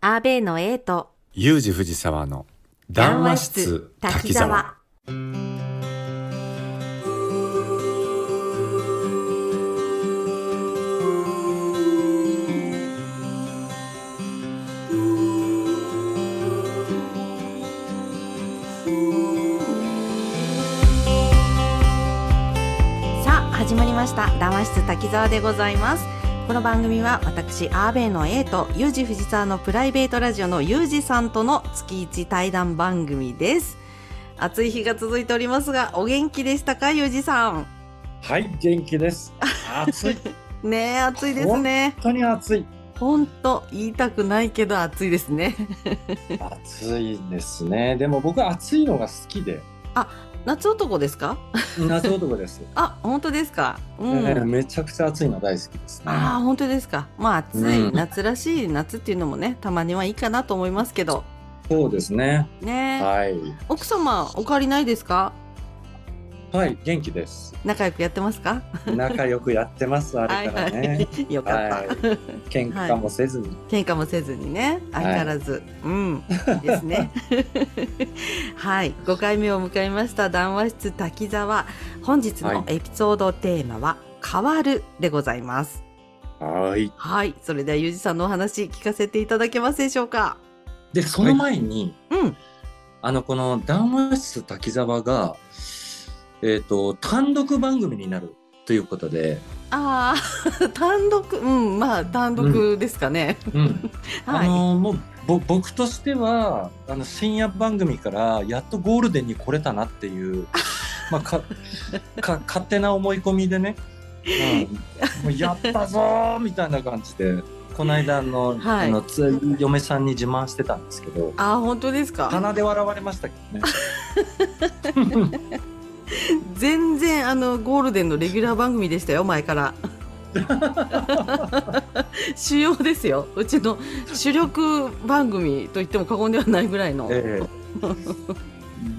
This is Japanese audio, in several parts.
アーベイの A とユージ藤沢の談話室滝沢。さあ始まりました談話室滝沢でございますこの番組は私アーベイの A とユージ藤沢のプライベートラジオのユージさんとの月一対談番組です暑い日が続いておりますがお元気でしたかユージさんはい、元気です。暑い。本ねえ暑いですね当に暑い。ほんと言いたくないけど暑いですね暑いですね。でも僕は暑いのが好きで、夏男ですか謎男です。 あ本当ですかうえん、ーめちゃくちゃ暑いの大好きですね。ああ本当ですかまあ暑い、うん夏らしい夏っていうのもねたまにはいいかなと思いますけどそうですね。ねえ、はい。奥様お変わりないですかはい、元気です。仲良くやってますか仲良くやってます、あれからね。いよかった、はい。喧嘩もせずに。喧嘩もせずにね相変わらず、うんです ねはい5回目を迎えました談話室滝沢本日のエピソードテーマは「変わる」でございますはい。はいそれではゆうじさんのお話聞かせていただけますでしょうかで、その前に、うんあの、この談話室滝沢が、えっ、と、単独番組になるということで、ああ 単独うんまあ単独ですかね、うん。 はあい、のーもうぼ僕としてはあの深夜番組からやっとゴールデンに来れたなっ ていう、まあ、かか勝手な思い込みでね、 うん、もうやったぞーみたいな感じでこの間の,、はいあのつ嫁さんに自慢してたんですけどあー本当ですか鼻で笑われました けどね。全然あのゴールデンのレギュラー番組でしたよ前から 主要ですようちの主力番組と言っても過言ではないぐらいの、ええ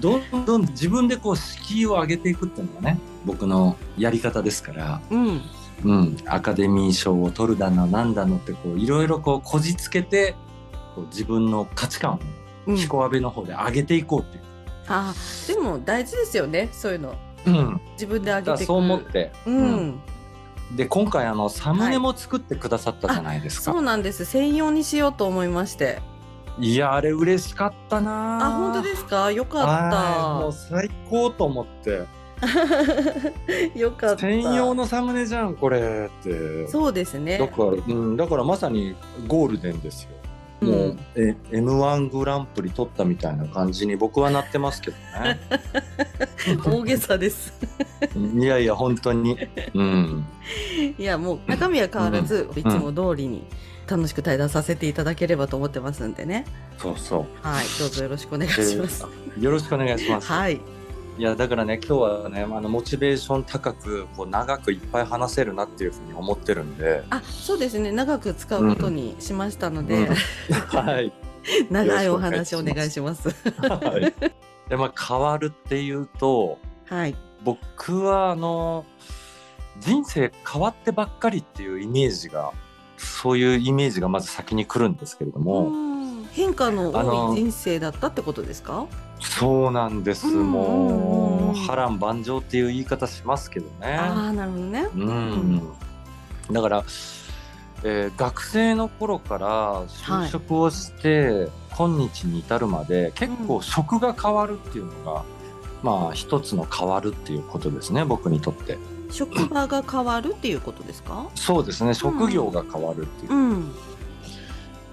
どんどん自分でこう敷居を上げていくっていうのがね僕のやり方ですから。うんうん、アカデミー賞を取るだのなんだのってこういろいろこうこじつけてこう自分の価値観をねうん彦阿部の方で上げていこうっていう、あーでも大事ですよねそういうのうん、自分で上だかげらていくそう思って、うん、うんで今回あのサムネも作ってくださったじゃないですか、そうなんです専用にしようと思いましてい、やあれ嬉しかったなあ本当ですかよはいかもうっ最高と思ってたよかった専用のサムネじゃんこれってそうですねだから、うん、だからまさにゴールデンですようんもう、え m 1グランプリ取ったみたいな感じに僕はなってますけど ね。大げさですいやいや本当に、うん、 いやもう中身は変わらず、いつも通りに楽しく対談させていただければと思ってますんでね。そうそはい、どうぞよろしくお願いうします。でよろしくお願いします。はい、いやだからね今日はねあのモチベーション高くこう長くいっぱい話せるなっていうふうに思ってるんで、あ、そうですね。長く使うことにしましたので、うんはい、 長いお話お願いします。 はい、でまあ変わるっていうとはい、僕はあの人生変わってばっかりっていうイメージがそういうイメージがまず先に来るんですけれども、うん変化の多あのい人生だったってことですか？そうなんです、うんうんうんもう波乱万丈っていう言い方しますけどね。ああ、なるほどね。うん、だから、えー学生の頃から就職をして、今日に至るまで結構職が変わるっていうのが、まあ一つの変わるっていうことですね僕にとって職場が変わるっていうことですか？そうですね職業が変わるっていう、うん、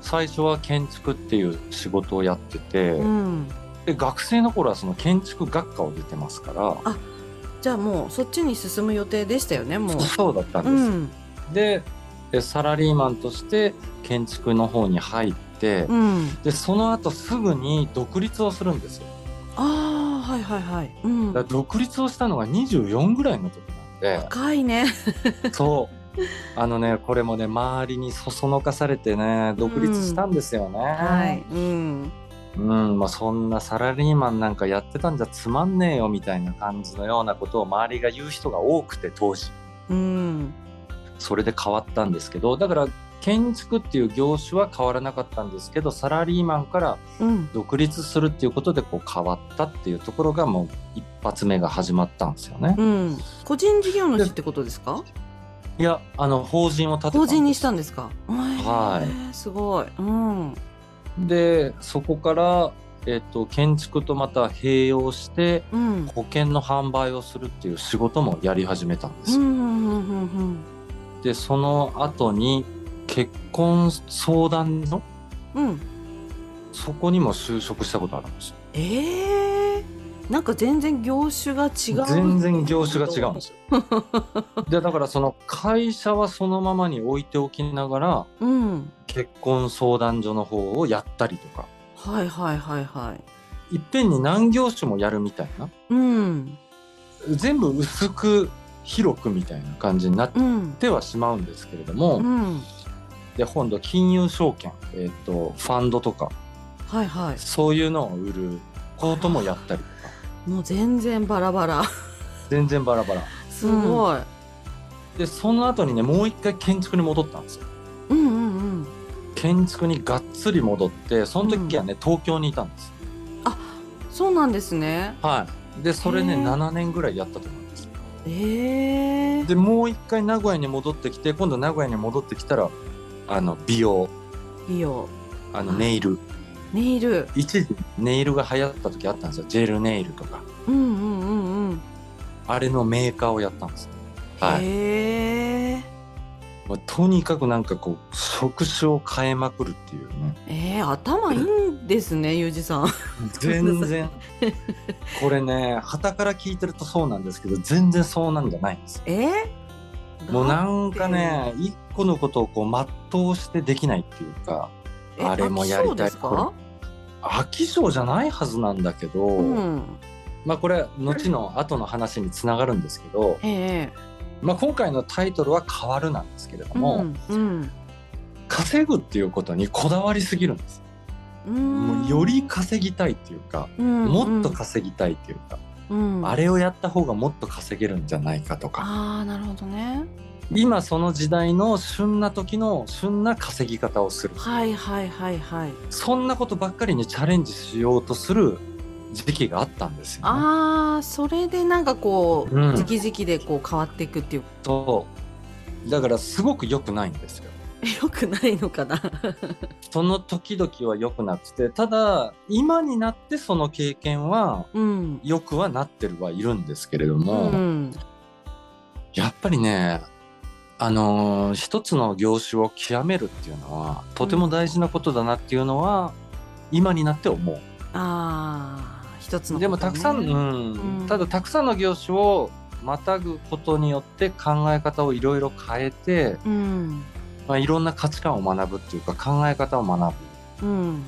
最初は建築っていう仕事をやってて、うん。で学生の頃はその建築学科を出てますかじゃあもうそっちに進む予定でしたよね。もらう。そうだったんうです、ん、でえサラリーマンとして建築の方に入って、うん。でその後すぐに独立をするんですよああ、はいはいはい。うん。だから独立をしたのが24ぐらいの時 なん深いね。でそうあのねこれもね周りにそそのかされてね独立したんですよね、うんはい。うん。まあ、そんなサラリーマンなんかやってたんじゃつまんねえよみたいな感じのようなことを周りが言う人が多くて当時うん。それで変わったんですけどだから建築っていう業種は変わらなかったんですけどサラリーマンからうん、独立するっていうことでこう変わったっていうところがもう一発目が始まったんですよね。うん、個人事業主ってことですかいやあの法人を立てたん法です人にしたんですかはすごい、うん、でそこから、えっと建築とまた併用してうん、保険の販売をするっていう仕事もやり始めたんでうすよ。んうんうんうんでその後に結婚相談所うんうんそこにも就職したことあるんですよ。ええなんか全然業種が違う全然業種が違うんですよ。でだからその会社はそのままに置いておきながらうん結婚相談所の方をやったりとかはいはいはいはいいっぺんに何業種もやるみたいなうん全部薄く広くみたいな感じになっうんてはしまうんですけれども、うんで今度は金融証券、えっとファンドとかはいはそういうのを売ることもやったりとかいもう全然バラバラ全然バラバラすごい、でその後にねもう一回建築に戻ったんですようん、うんうん建築にがっつり戻ってその時はね、東京にいたんですそうなんですねはいでそれねへー7年ぐらいやったと思うんですええでもう一回名古屋に戻ってきて今度名古屋に戻ってきたらあの美容美容あのネイルネイル一時ネイルが流行った時あったんですよジェルネイルとかうんうんうんうんあれのメーカーをやったんですはいへえまあ、とにかくなんかこう職種を変えまくるっていうねええ頭いいんです ねゆうじさん全然これね旗から聞いてるとそうなんですけど全然そうなんじゃないんですよえーもうなんかね一個のことをこう全うしてできないっていうかえあれもやりた飽きそうでいすか飽き性じゃないはずなんだけど、うんまあこれ後の後の話につながるんですけど、ええまあ、今回のタイトルは「変わる」なんですけれども、うん稼ぐっていうことにこだわりすぎるんですうん、もうより稼ぎたいっていうか、もっと稼ぎたいっていうか、うんあれをやった方がもっと稼げるんじゃないかとかああなるほどね今その時代の旬な時の旬な稼ぎ方をするはいはいはいはいそんなことばっかりにチャレンジしようとする時期があったんですよ、ね。ああそれでなんかこう、うん時期時期でこう変わっていくっていう そうだからすごく良くないんですよ。よくないのかなその時々は良くなくてただ今になってその経験はうん良くはなってるはいるんですけれどうも、んやっぱりねあのー一つの業種を極めるっていうのはとても大事なことだなっていうのは、今になって思う、ああ一つのことね、でもたくさん、うんうんただたくさんの業種をまたぐことによって考え方をいろいろ変えて、うんまあ、いろんな価値観を学ぶっていうか考え方を学うん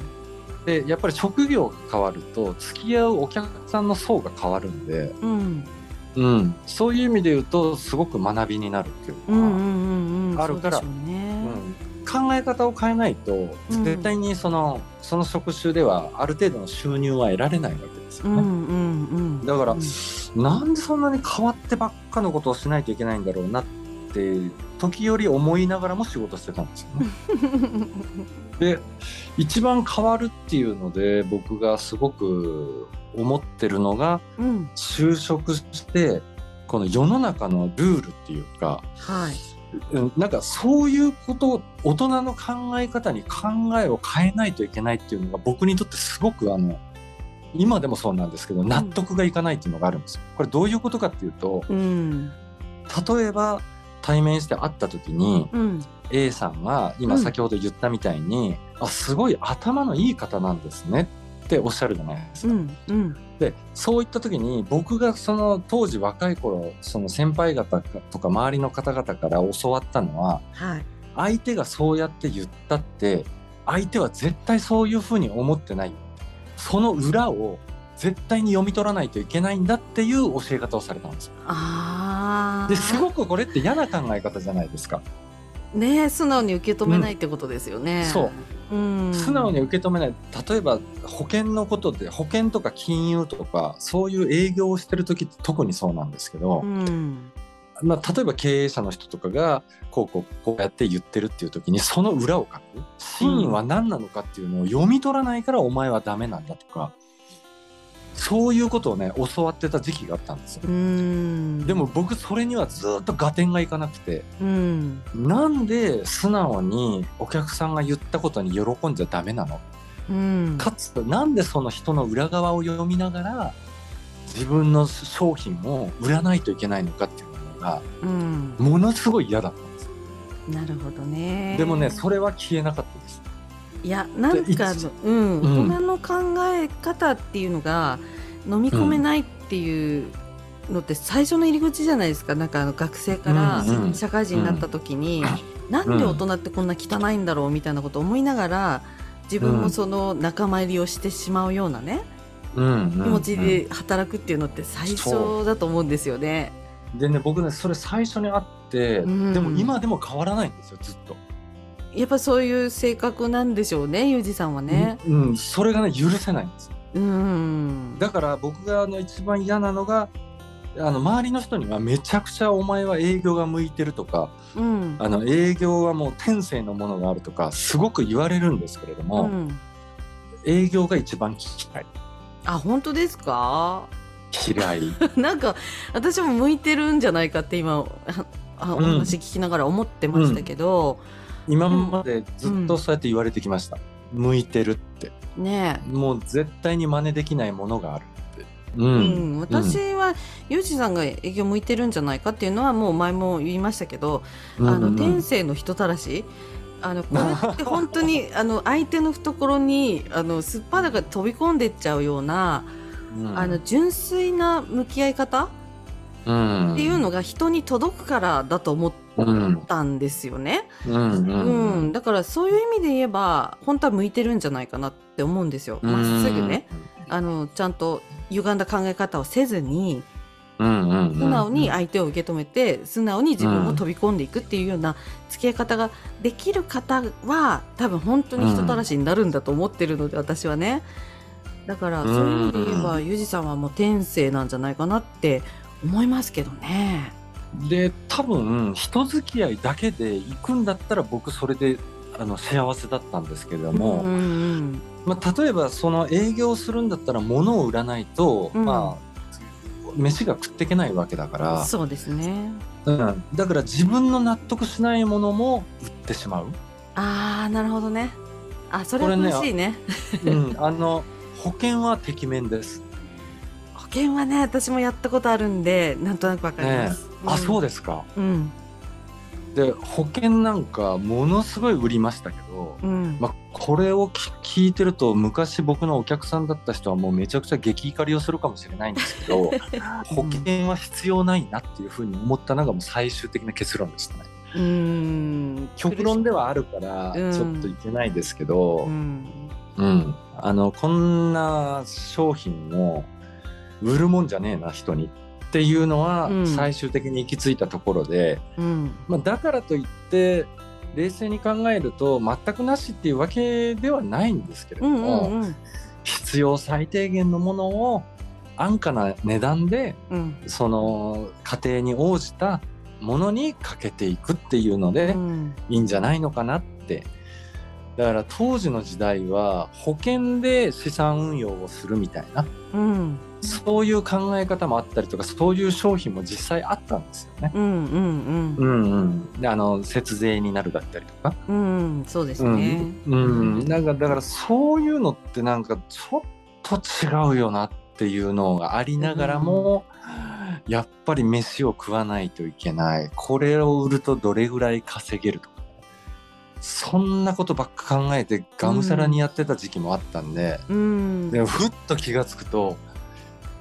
ぶでやっぱり職業が変わると付き合うお客さんの層が変わるんで、うんうん、そういう意味で言うとすごく学びになるっていうか、うんうんうんうんあるからそうでしょうね考え方を変えないとうん絶対にその,、その職種ではある程度の収入は得られないわけですようんね。うんうんだからうんなんでそんなに変わってばっかのことをしないといけないんだろうなって時折思いながらも仕事してたんですよね。で一番変わるっていうので僕がすごく思ってるのがうん就職してこの世の中のルールっていうかはいうんなんかそういうことを大人の考え方に考えを変えないといけないっていうのが僕にとってすごくあの今でもそうなんですけど納得がいかないっていうのがあるんですよ。これどういうことかっていうとうん例えば対面して会った時にうん A さんがう今ん先ほど言ったみたいに、あすごい頭のいい方なんですねっておっしゃるじゃないですうか。んうんでそういった時に僕がその当時若い頃その先輩方とか周りの方々から教わったのははい相手がそうやって言ったって相手は絶対そういうふうに思ってないその裏を絶対に読み取らないといけないんだっていう教え方をされたんですよああですごくこれって嫌な考え方じゃないですか、ね素直に受け止めないってことですよね。。そううん、素直に受け止めない例えば保険のことで保険とか金融とかそういう営業をしてる時って特にそうなんですけど、うんまあ、例えば経営者の人とかがこうこうこうやって言ってるっていう時にその裏を書く真意は何なのかっていうのを読み取らないからお前はダメなんだとかそういうことをね教わってた時期があったんですよ。うんでも僕それにはずっと合点がいかなくてうんなんで素直にお客さんが言ったことに喜んじゃダメなのうんかつなんでその人の裏側を読みながら自分の商品を売らないといけないのかっていうのがうんものすごい嫌だったんですよなるほどねでもねそれは消えなかったですいやなんかあでいつの、うん、うん大人の考え方っていうのが飲み込めないっていうのって最初の入り口じゃないですかなんかあの学生からうんうん社会人になった時に、なんで大人ってこんな汚いんだろうみたいなことを思いながら自分もその仲間入りをしてしまうようなね、うん気持ちで働くっていうのって最初だと思うんですよね。でね僕ねそれ最初にあって、うんでも今でも変わらないんですよずっと、やっぱそういう性格なんでしょうね、ゆうじさんはね。うんうんそれがね許せないんですようん。だから僕があの一番嫌なのがあの周りの人にはめちゃくちゃお前は営業が向いてるとかうん。あの営業はもう天性のものがあるとかすごく言われるんですけれども、うん営業が一番嫌いあ、本当ですか。嫌い なんか私も向いてるんじゃないかって今ああおうん話聞きながら思ってましたけど、今までずっとそうやって言われてきました、向いてるってねもう絶対に真似できないものがあるってう、え、うんん、私はユージさんが営業向いてるんじゃないかっていうのはもう前も言いましたけど、うんあうのんうん天性の人たらしあのこれ って本当にあの相手の懐にあのすっぱだか飛び込んでっちゃうような、うんあの純粋な向き合い方うんっていうのが人に届くからだと思ったんですよね。うんうんうん、だからそういう意味で言えば本当は向いてるんじゃないかなって思うんですよ。まっすぐね、あのちゃんと歪んだ考え方をせずにうんうんうん素直に相手を受け止めて、素直に自分も飛び込んでいくっていうような付き合い方ができる方は多分本当に人たらしになるんだと思ってるので、私はねだからそういう意味で言えば、ゆじさんはもう天性なんじゃないかなって思いますけどね。で多分人付き合いだけで行くんだったら僕それであの幸せだったんですけれども、うんうんまあ、例えばその営業するんだったら物を売らないと、うんまあ飯が食っていけないわけだから、そうですねうん、だから自分の納得しないものも売ってしまう、ああなるほどねあそれはこれね嬉しいね うん、あの保険はてきめんです、保険はね私もやったことあるんでなんとなくわかります、あそうでですかうんで保険なんかものすごい売りましたけど、うん、まあ、これをき聞いてると昔僕のお客さんだった人はもうめちゃくちゃ激怒りをするかもしれないんですけ ど保険は必要ないなっていうふうに思ったのがもう最終的な結論でしたね。うーん極論ではあるからうんちょっといけないですけうど、んうんあのこんな商品を売るもんじゃねえな人にっていうのはうん最終的に行き着いたところで、うんまあ、だからといって冷静に考えると全くなしっていうわけではないんですけれうどんうも、んうん必要最低限のものを安価な値段でうんその家庭に応じたものにかけていくっていうので。うんいいんじゃないのかなってだから当時の時代は保険で資産運用をするみたいなうんそういう考え方もあったりとかそういう商品も実際あったんですよね。うんうんうんんうん、であの節税になるだったりとか、うんそうですうね、んうん、なんかだからそういうのってなんかちょっと違うよなっていうのがありながらも、やっぱり飯を食わないといけないこれを売るとどれぐらい稼げるとかそんなことばっか考えてがむしゃらにやってた時期もあったんで,、うんでふっと気がつくと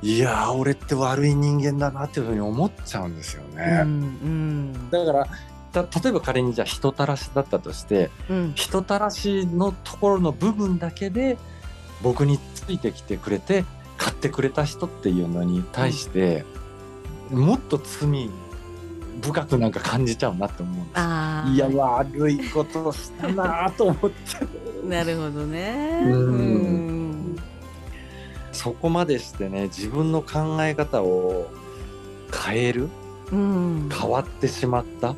いやー俺って悪い人間だなっていうふうに思っちゃうんですようね。んだからた例えば仮にじゃあ人たらしだったとしてうん人たらしのところの部分だけで僕についてきてくれて買ってくれた人っていうのに対して、もっと罪深くなんか感じちゃうなって思うんですああいや悪いことしたなと思って なるほどねうんうんそこまでしてね自分の考え方を変えるうん変わってしまった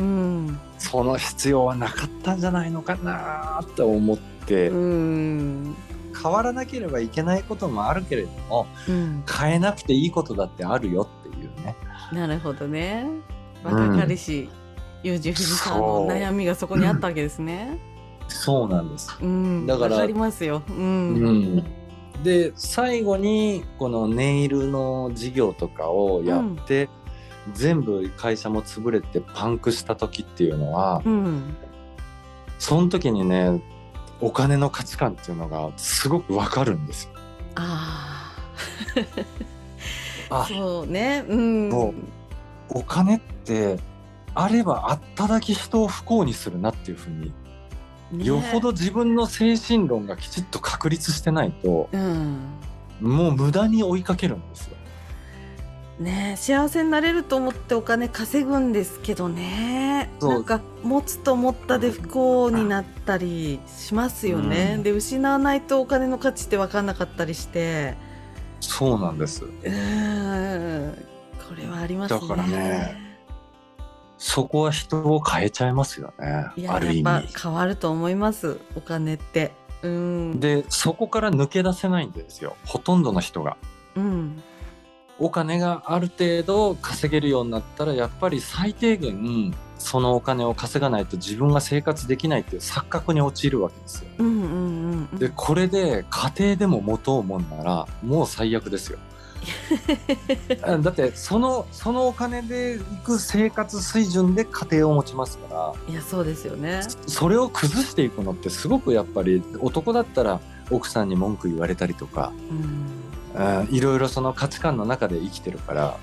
うんその必要はなかったんじゃないのかなって思って、うん変わらなければいけないこともあるけれどもうん変えなくていいことだってあるよっていうねなるほどねうん若かりしユージ藤さんのそう悩みがそこにあったわけですねそうなんですうんだからわかりますようんうんで最後にこのネイルの事業とかをやって、全部会社も潰れてパンクした時っていうのは、うんその時にねお金の価値観っていうのがすごくわかるんですよ。あああそうねうんそうお金ってあればあっただけ人を不幸にするなっていうふうに、ねよほど自分の精神論がきちっと確立してないとうんもう無駄に追いかけるんですよ。ね幸せになれると思ってお金稼ぐんですけどねそうなんか持つと思ったで不幸になったりしますよね、うんで失わないとお金の価値って分かんなかったりしてそうなんですうーんこれはありますねだからねそこは人を変えちゃいますよいねやある意やっ味。ぱ変わると思いますお金ってうんでそこから抜け出せないんですよほとんどの人が。うんお金がある程度稼げるようになったらやっぱり最低限そのお金を稼がないと自分が生活できないっていう錯覚に陥るわけですよ。うんうんうんうんでこれで家庭でも持とうもんならもう最悪です よ。うんだってそのそのお金でいく生活水準で家庭を持ちますからいやそうですよねそれを崩していくのってすごくやっぱり男だったら奥さんに文句言われたりとかうんうんいろいろその価値観の中で生きてるから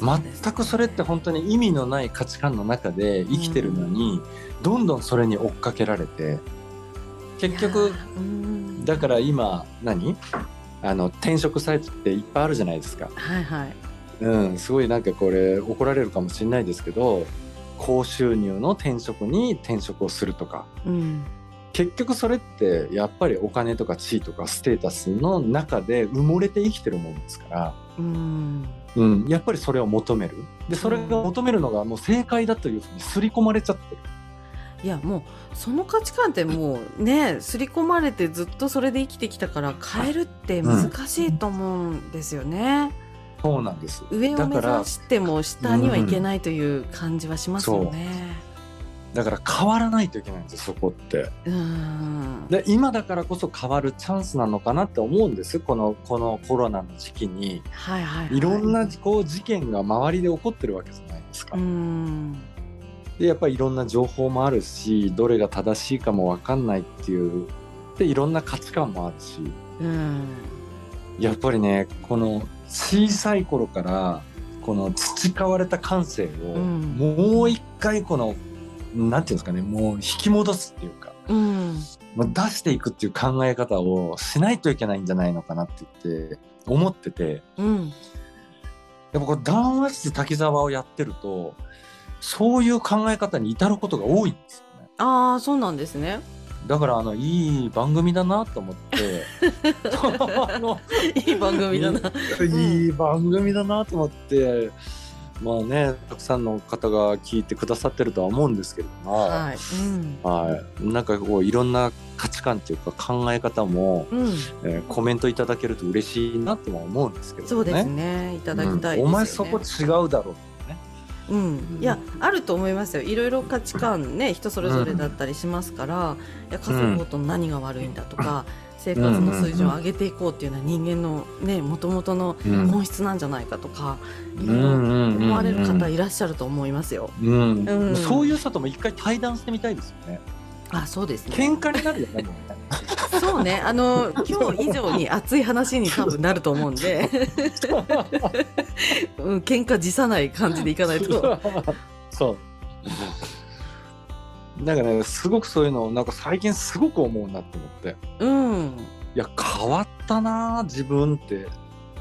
全くそれって本当に意味のない価値観の中で生きてるのに、どんどんそれに追っかけられて結い局やうんだから今何あの転職サイトっていっぱいあるじゃないですか、はいはいうん、すごいなんかこれ怒られるかもしれないですけど高収入の転職に転職をするとかうん結局それってやっぱりお金とか地位とかステータスの中で埋もれて生きてるもんですから。うんうん、やっぱりそれを求めるでそれが求めるのがもう正解だというふうに刷り込まれちゃってるいやもうその価値観ってもうね刷り込まれてずっとそれで生きてきたから変えるって難しいと思うんですよね、そうなんです上をだ目か指らしても下にはいけないという感じはしますよねだから変わらないといけないんですよそこってうーんで今だからこそ変わるチャンスなのかなって思うんですこのこのコロナの時期にはいはい、はい、いろんなこう事件が周りで起こってるわけじゃないですか、うんでやっぱりいろんな情報もあるしどれが正しいかも分かんないっていうでいろんな価値観もあるしうんやっぱりねこの小さい頃からこの培われた感性をうんもう一回この、なんていうんですかねもう引き戻すっていうかうんまあ出していくっていう考え方をしないといけないんじゃないのかなって言って思っててうんやっぱこう談話室滝沢をやってるとそういう考え方に至ることが多いんですよね。ああそうなんですねだからあのいい番組だなと思って あの いい番組だな、んいい番組だなと思って、まあねたくさんの方が聞いてくださってるとは思うんですけれども、ははいうんいなんかこういろんな価値観というか考え方も、うん、えーコメントいただけると嬉しいなとは思うんですけどね。そうですねいただきたいですよね、うんお前そこ違うだろううん、いやあると思いますよいろいろ価値観ね人それぞれだったりしますから、いや家族ごとの何が悪いんだとか、生活の水準を上げていこうっていうのは人間のねもともとのうん本質なんじゃないかとか、いうろいんろ思われる方うんいらっしゃると思いますよ。うんうんそういう人とも一回対談してみたいですよね。あそうですね。喧嘩になるよ ね。もうねそうねあの今日以上に熱い話に多分なると思うんで、 うん、喧嘩辞さない感じでいかないと。 そう。なんかね、すごくそういうのを、なんか最近すごく思うなって思って。うんいや、変わったなあ、自分って。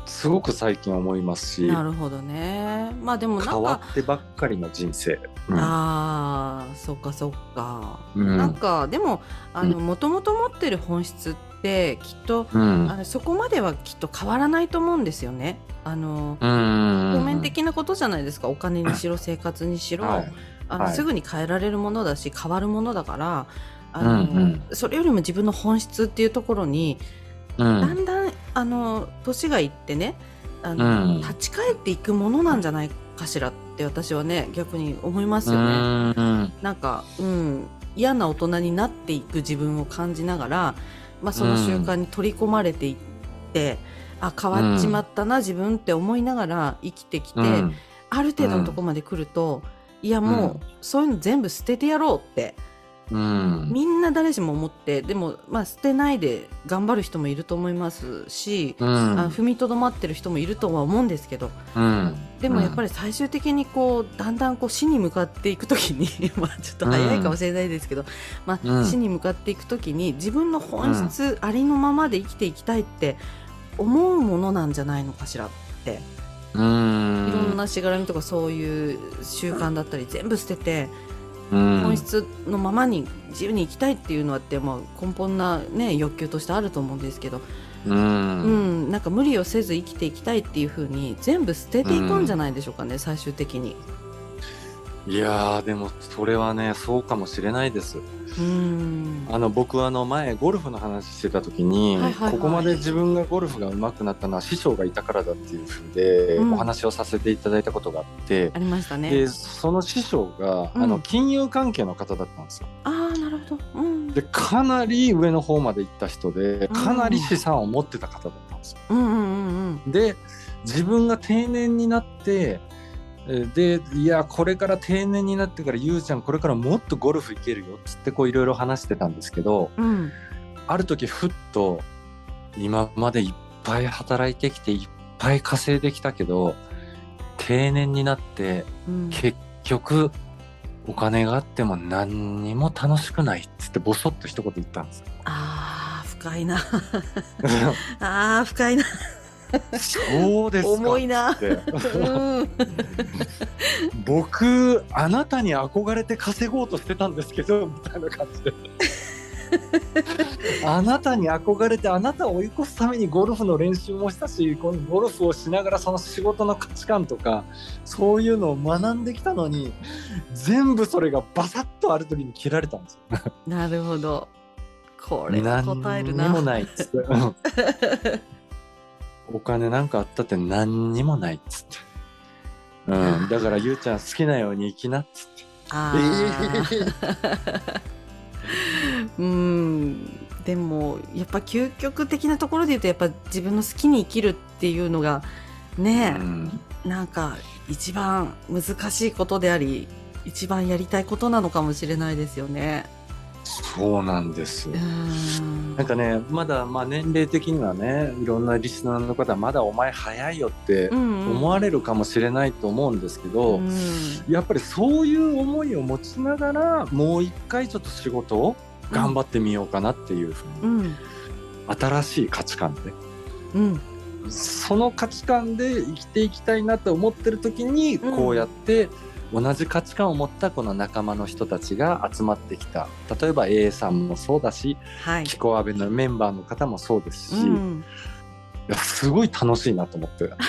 すごく最近思いますし。なるほどね。まあでもなんか変わってばっかりの人生。ああそうかそうか。うんなんかでもあのもともと持ってる本質ってきっとうんあのそこまではきっと変わらないと思うんですよね。あの表表面的なことじゃないですかお金にしろ生活にしろ、はいあのはいすぐに変えられるものだし変わるものだからあの、うんうんそれよりも自分の本質っていうところにうんだんだんあの年がいってねあの、うん立ち返っていくものなんじゃないかしらって私はね逆に思いますうよね。んなんか、うん、嫌な大人になっていく自分を感じながら、まあ、その習慣に取り込まれていって、あ変わっちまったな、自分って思いながら生きてきて、うんある程度のとこまで来ると、いやもう、うんそういうの全部捨ててやろうってうんみんな誰しも思ってでも、まあ、捨てないで頑張る人もいると思いますし、うんあ踏みとどまってる人もいるとは思うんですけどうんでもやっぱりり最終的にこうだんだんこう死に向かっていく時に まあちょっと早いかもしれないですけど、まあうん死に向かっていく時に自分の本質ありのままで生きていきたいって思うものなんじゃないのかしらって、いいろろんんなしがらみとかそういう習慣だったり全部捨てて、本本質のままに自由に生きたいっていうのはって、まあ、根本な、ね、欲求としてあると思うんですけど、ううんんなんか無理をせず生きていきたいっていうふうに全部捨てていくんじゃないでしょうかね、最終的に。いやーでもそれはねそうかもしれないですうんあの僕あの前ゴルフの話してた時に、はいはいはいここまで自分がゴルフが上手くなったのは師匠がいたからだっていうふうで、うんお話をさせていただいたことがあってありましたね。でその師匠が、うんあの金融関係の方だったんですよああ、なるほど。うん。でかなり上の方まで行った人でかなり資産を持ってた方だったんですようんうんうんで自分が定年になってえーでいやこれから定年になってからゆうちゃんこれからもっとゴルフ行けるよっつってこういろいろ話してたんですけどうん。うん。ある時ふっと今までいっぱい働いてきていっぱい稼いできたけど定年になってうん。結局お金があっても何にも楽しくないっつってボソッと一言言ったんですよ。ああ、深いな。 ああ、深いな。そうですか重いな っ。てうん。僕あなたに憧れて稼ごうとしてたんですけどみたいな感じであなたに憧れてあなたを追い越すためにゴルフの練習もしたしこのゴルフをしながらその仕事の価値観とかそういうのを学んできたのに全部それがバサッとある時に切られたんですよ。なるほど。これは答えるな。何にもないっつってうん お金なんかあったって何にもないっつって、うん、だからゆうちゃん好きなように生きなっ つって。ああ。うん。でも、やっぱ究極的なところで言うと、やっぱ自分の好きに生きるっていうのが。ねえ、なんか一番難しいことであり。一番やりたいことなのかもしれないですよね。そうなんですう。ん。なんかね、まだまあ年齢的にはね、いろんなリスナーの方はまだお前早いよって思思われるかもしれないと思うんですけど、うんやっぱりそういう思いを持ちながら、もう一回ちょっと仕事を頑張ってみようかなっていうふううに、ん新しい価値観で、うんその価値観で生きていきたいなと思ってる時に、うんこうやって同じ価値観を持ったこの仲間の人たちが集まってきた例えば A さんもそうだしはいキコアベのメンバーの方もそうですし、ういんやすごい楽しいなと思って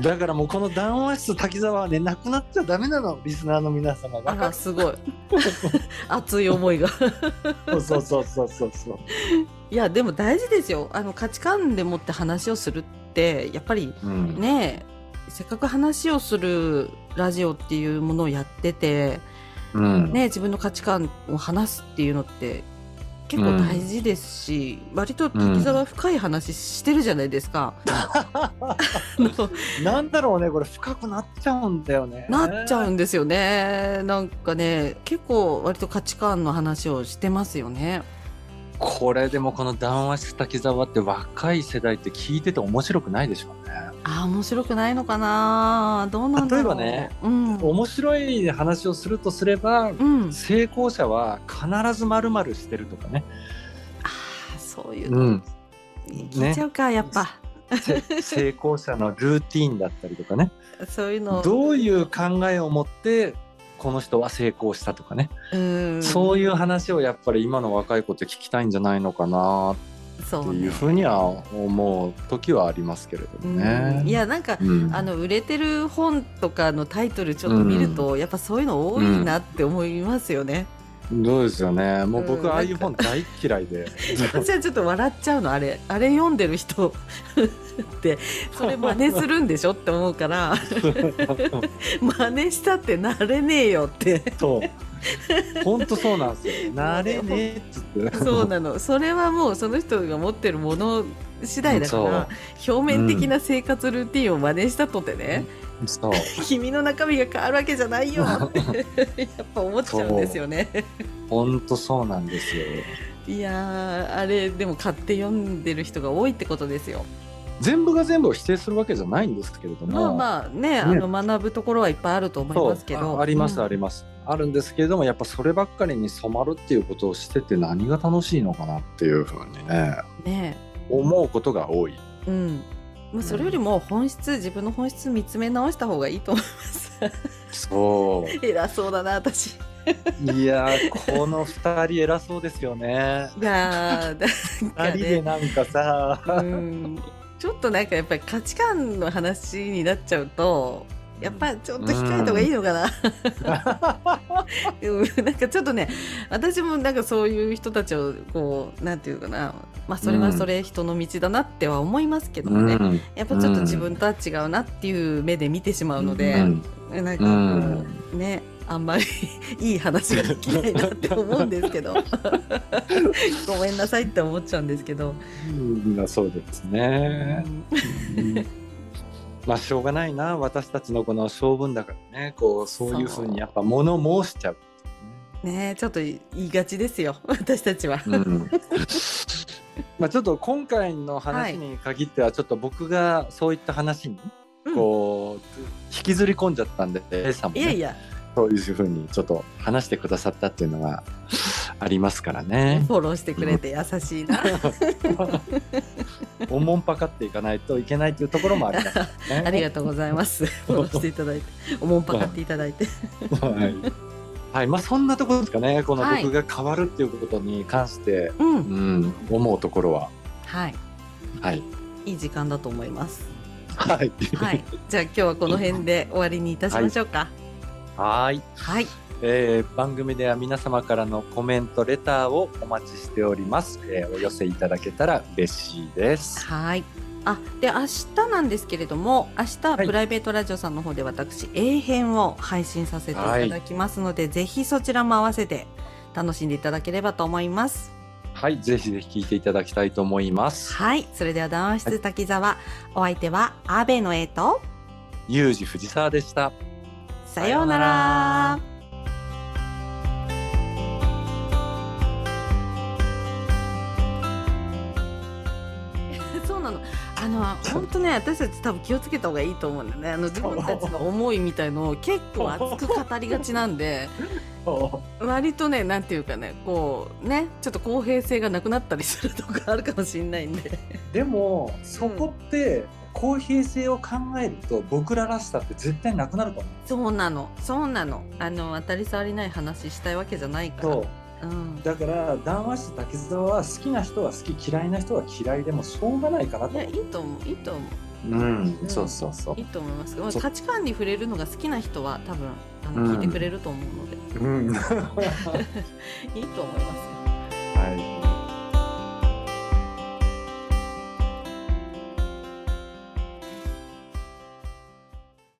だからもうこの談話室滝沢はねなくなっちゃダメなのリスナーの皆様あらがすごい 熱い思いがそうそうそうそうそうそう、いやでも大事ですよあの価値観でもって話をするってやっぱりうん ねせっかく話をするラジオっていうものをやってて、うんね、自分の価値観を話すっていうのって結構大事ですし、割と滝沢深い話してるじゃないですか。 あのなんだろうねこれ深くなっちゃうんだよねなっちゃうんですよね。なんかね、結構割と価値観の話をしてますよね。これでもこの談話室滝沢って若い世代って聞いてて面白くないでしょうねあー、面白くないのかな。どうなんだろう。例えばねうん。面白い話をするとすればうん。成功者は必ずまるまるしてると かね、あーそういうの、うん、聞いちゃうか、やっぱ。せ成功者のルーティンだったりとかねそういうの。どういう考えを持ってこの人は成功したとかね、うんそういう話をやっぱり今の若い子って聞きたいんじゃないのかなそってういうねふうには思う時はありますけれどうもんいね。やなんかうんあの売れてる本とかのタイトルちょっと見ると、やっぱそういうの多いなって思いますよね。どうですよね。もうう僕、んああいう本大嫌いで。私はちょっと笑っちゃうのあれあれ読んでる人って それ 真似するんでしょって思うから真似したってなれねえよってそう。本当そうなんですよ。慣れねえっつって。そうなのそれはもうその人が持ってるもの次第だから表面的な生活ルーティンを真似したとてね、そう。君の中身が変わるわけじゃないよってやっぱ思っちゃうんですよね。本当そうなんですよ。いやーあれでも買って読んでる人が多いってことですよ。全部が全部を否定するわけじゃないんですけれども。まあまあねあの学ぶところはいっぱいあると思いそうますけどあありますうんあります、あるんですけれどもやっぱそればっかりに染まるっていうことをしてて何が楽しいのかなっていうふうにねね思うことが多いえうんまあ、それよりも本質、自分の本質見つめ直した方がいいと思いますそう偉そうだな私 いやーこの2人偉そうですよねいやーなんか2人でね、なんかさ、うん、ちょっとなんかやっぱり価値観の話になっちゃうとやっぱちょっと控えた方がいいのかな、うん なんかちょっとね私もなんかそういう人たちをこうなんていうかなまあそれはそれ人の道だなっては思いますけどもね、んやっぱちょっと自分とは違うなっていう目で見てしまうので、なんか、うんねあんまりいい話ができないなって思うんですけどごめんなさいって思っちゃうんですけど、うんそうですね、うんまあしょうがないな私たちのこの性分だからねこうそういうふうにやっぱ物申しちゃうねちょっと言いがちですよ私たちは。まあちょっと今回の話に限ってはちょっと僕がそういった話にうんこう引きずり込んじゃったんで A さんも、いね、やいや、そういうふうにちょっと話してくださったっていうのがありますからねフォローしてくれて優しいな。おもんぱかっていかないといけないっていうところもありますからね ありがとうございます。 フォローしていただいて、おもんぱかっていただいて。はい、はい、まあそんなところですかねこのはい僕が変わるっていうことに関して、うん、うん、思うところははい、はいいい時間だと思います。はいはい、じゃあ今日はこの辺で終わりにいたしましょうか。はいはい、えー番組では皆様からのコメントレターをお待ちしております、えーお寄せいただけたら嬉しいですはい。あ、で明日なんですけれども、明日はいプライベートラジオさんの方で私 A 編を配信させていただきますので、ぜひそちらも合わせて楽しんでいただければと思います。はいぜひぜひ聞いていただきたいと思いますはい、それでは談話室滝沢、お相手は阿部の絵とゆうじ藤沢でしたさようなら。 そうなの。あの本当ね、私たち多分気をつけた方がいいと思うんだよね。あの自分たちの思いみたいのを結構熱く語りがちなんで、 割とね、なんていうかね、こうね、ちょっと公平性がなくなったりするとかあるかもしれないんで。でもそこって公平性を考えると僕ららしさって絶対なくなると思そうなの、そうなの。あの当たり障りない話したいわけじゃないから。ううん。だから談話室滝沢は好きな人は好き嫌いな人は嫌いでもしょうがないかなといや、いいと思う、いいと思う。うんうんそうそうそういいと思います。まあそう価値観に触れるのが好きな人は多分あうのん 聞いてくれると思うので、うんいはいいと思いますよ。い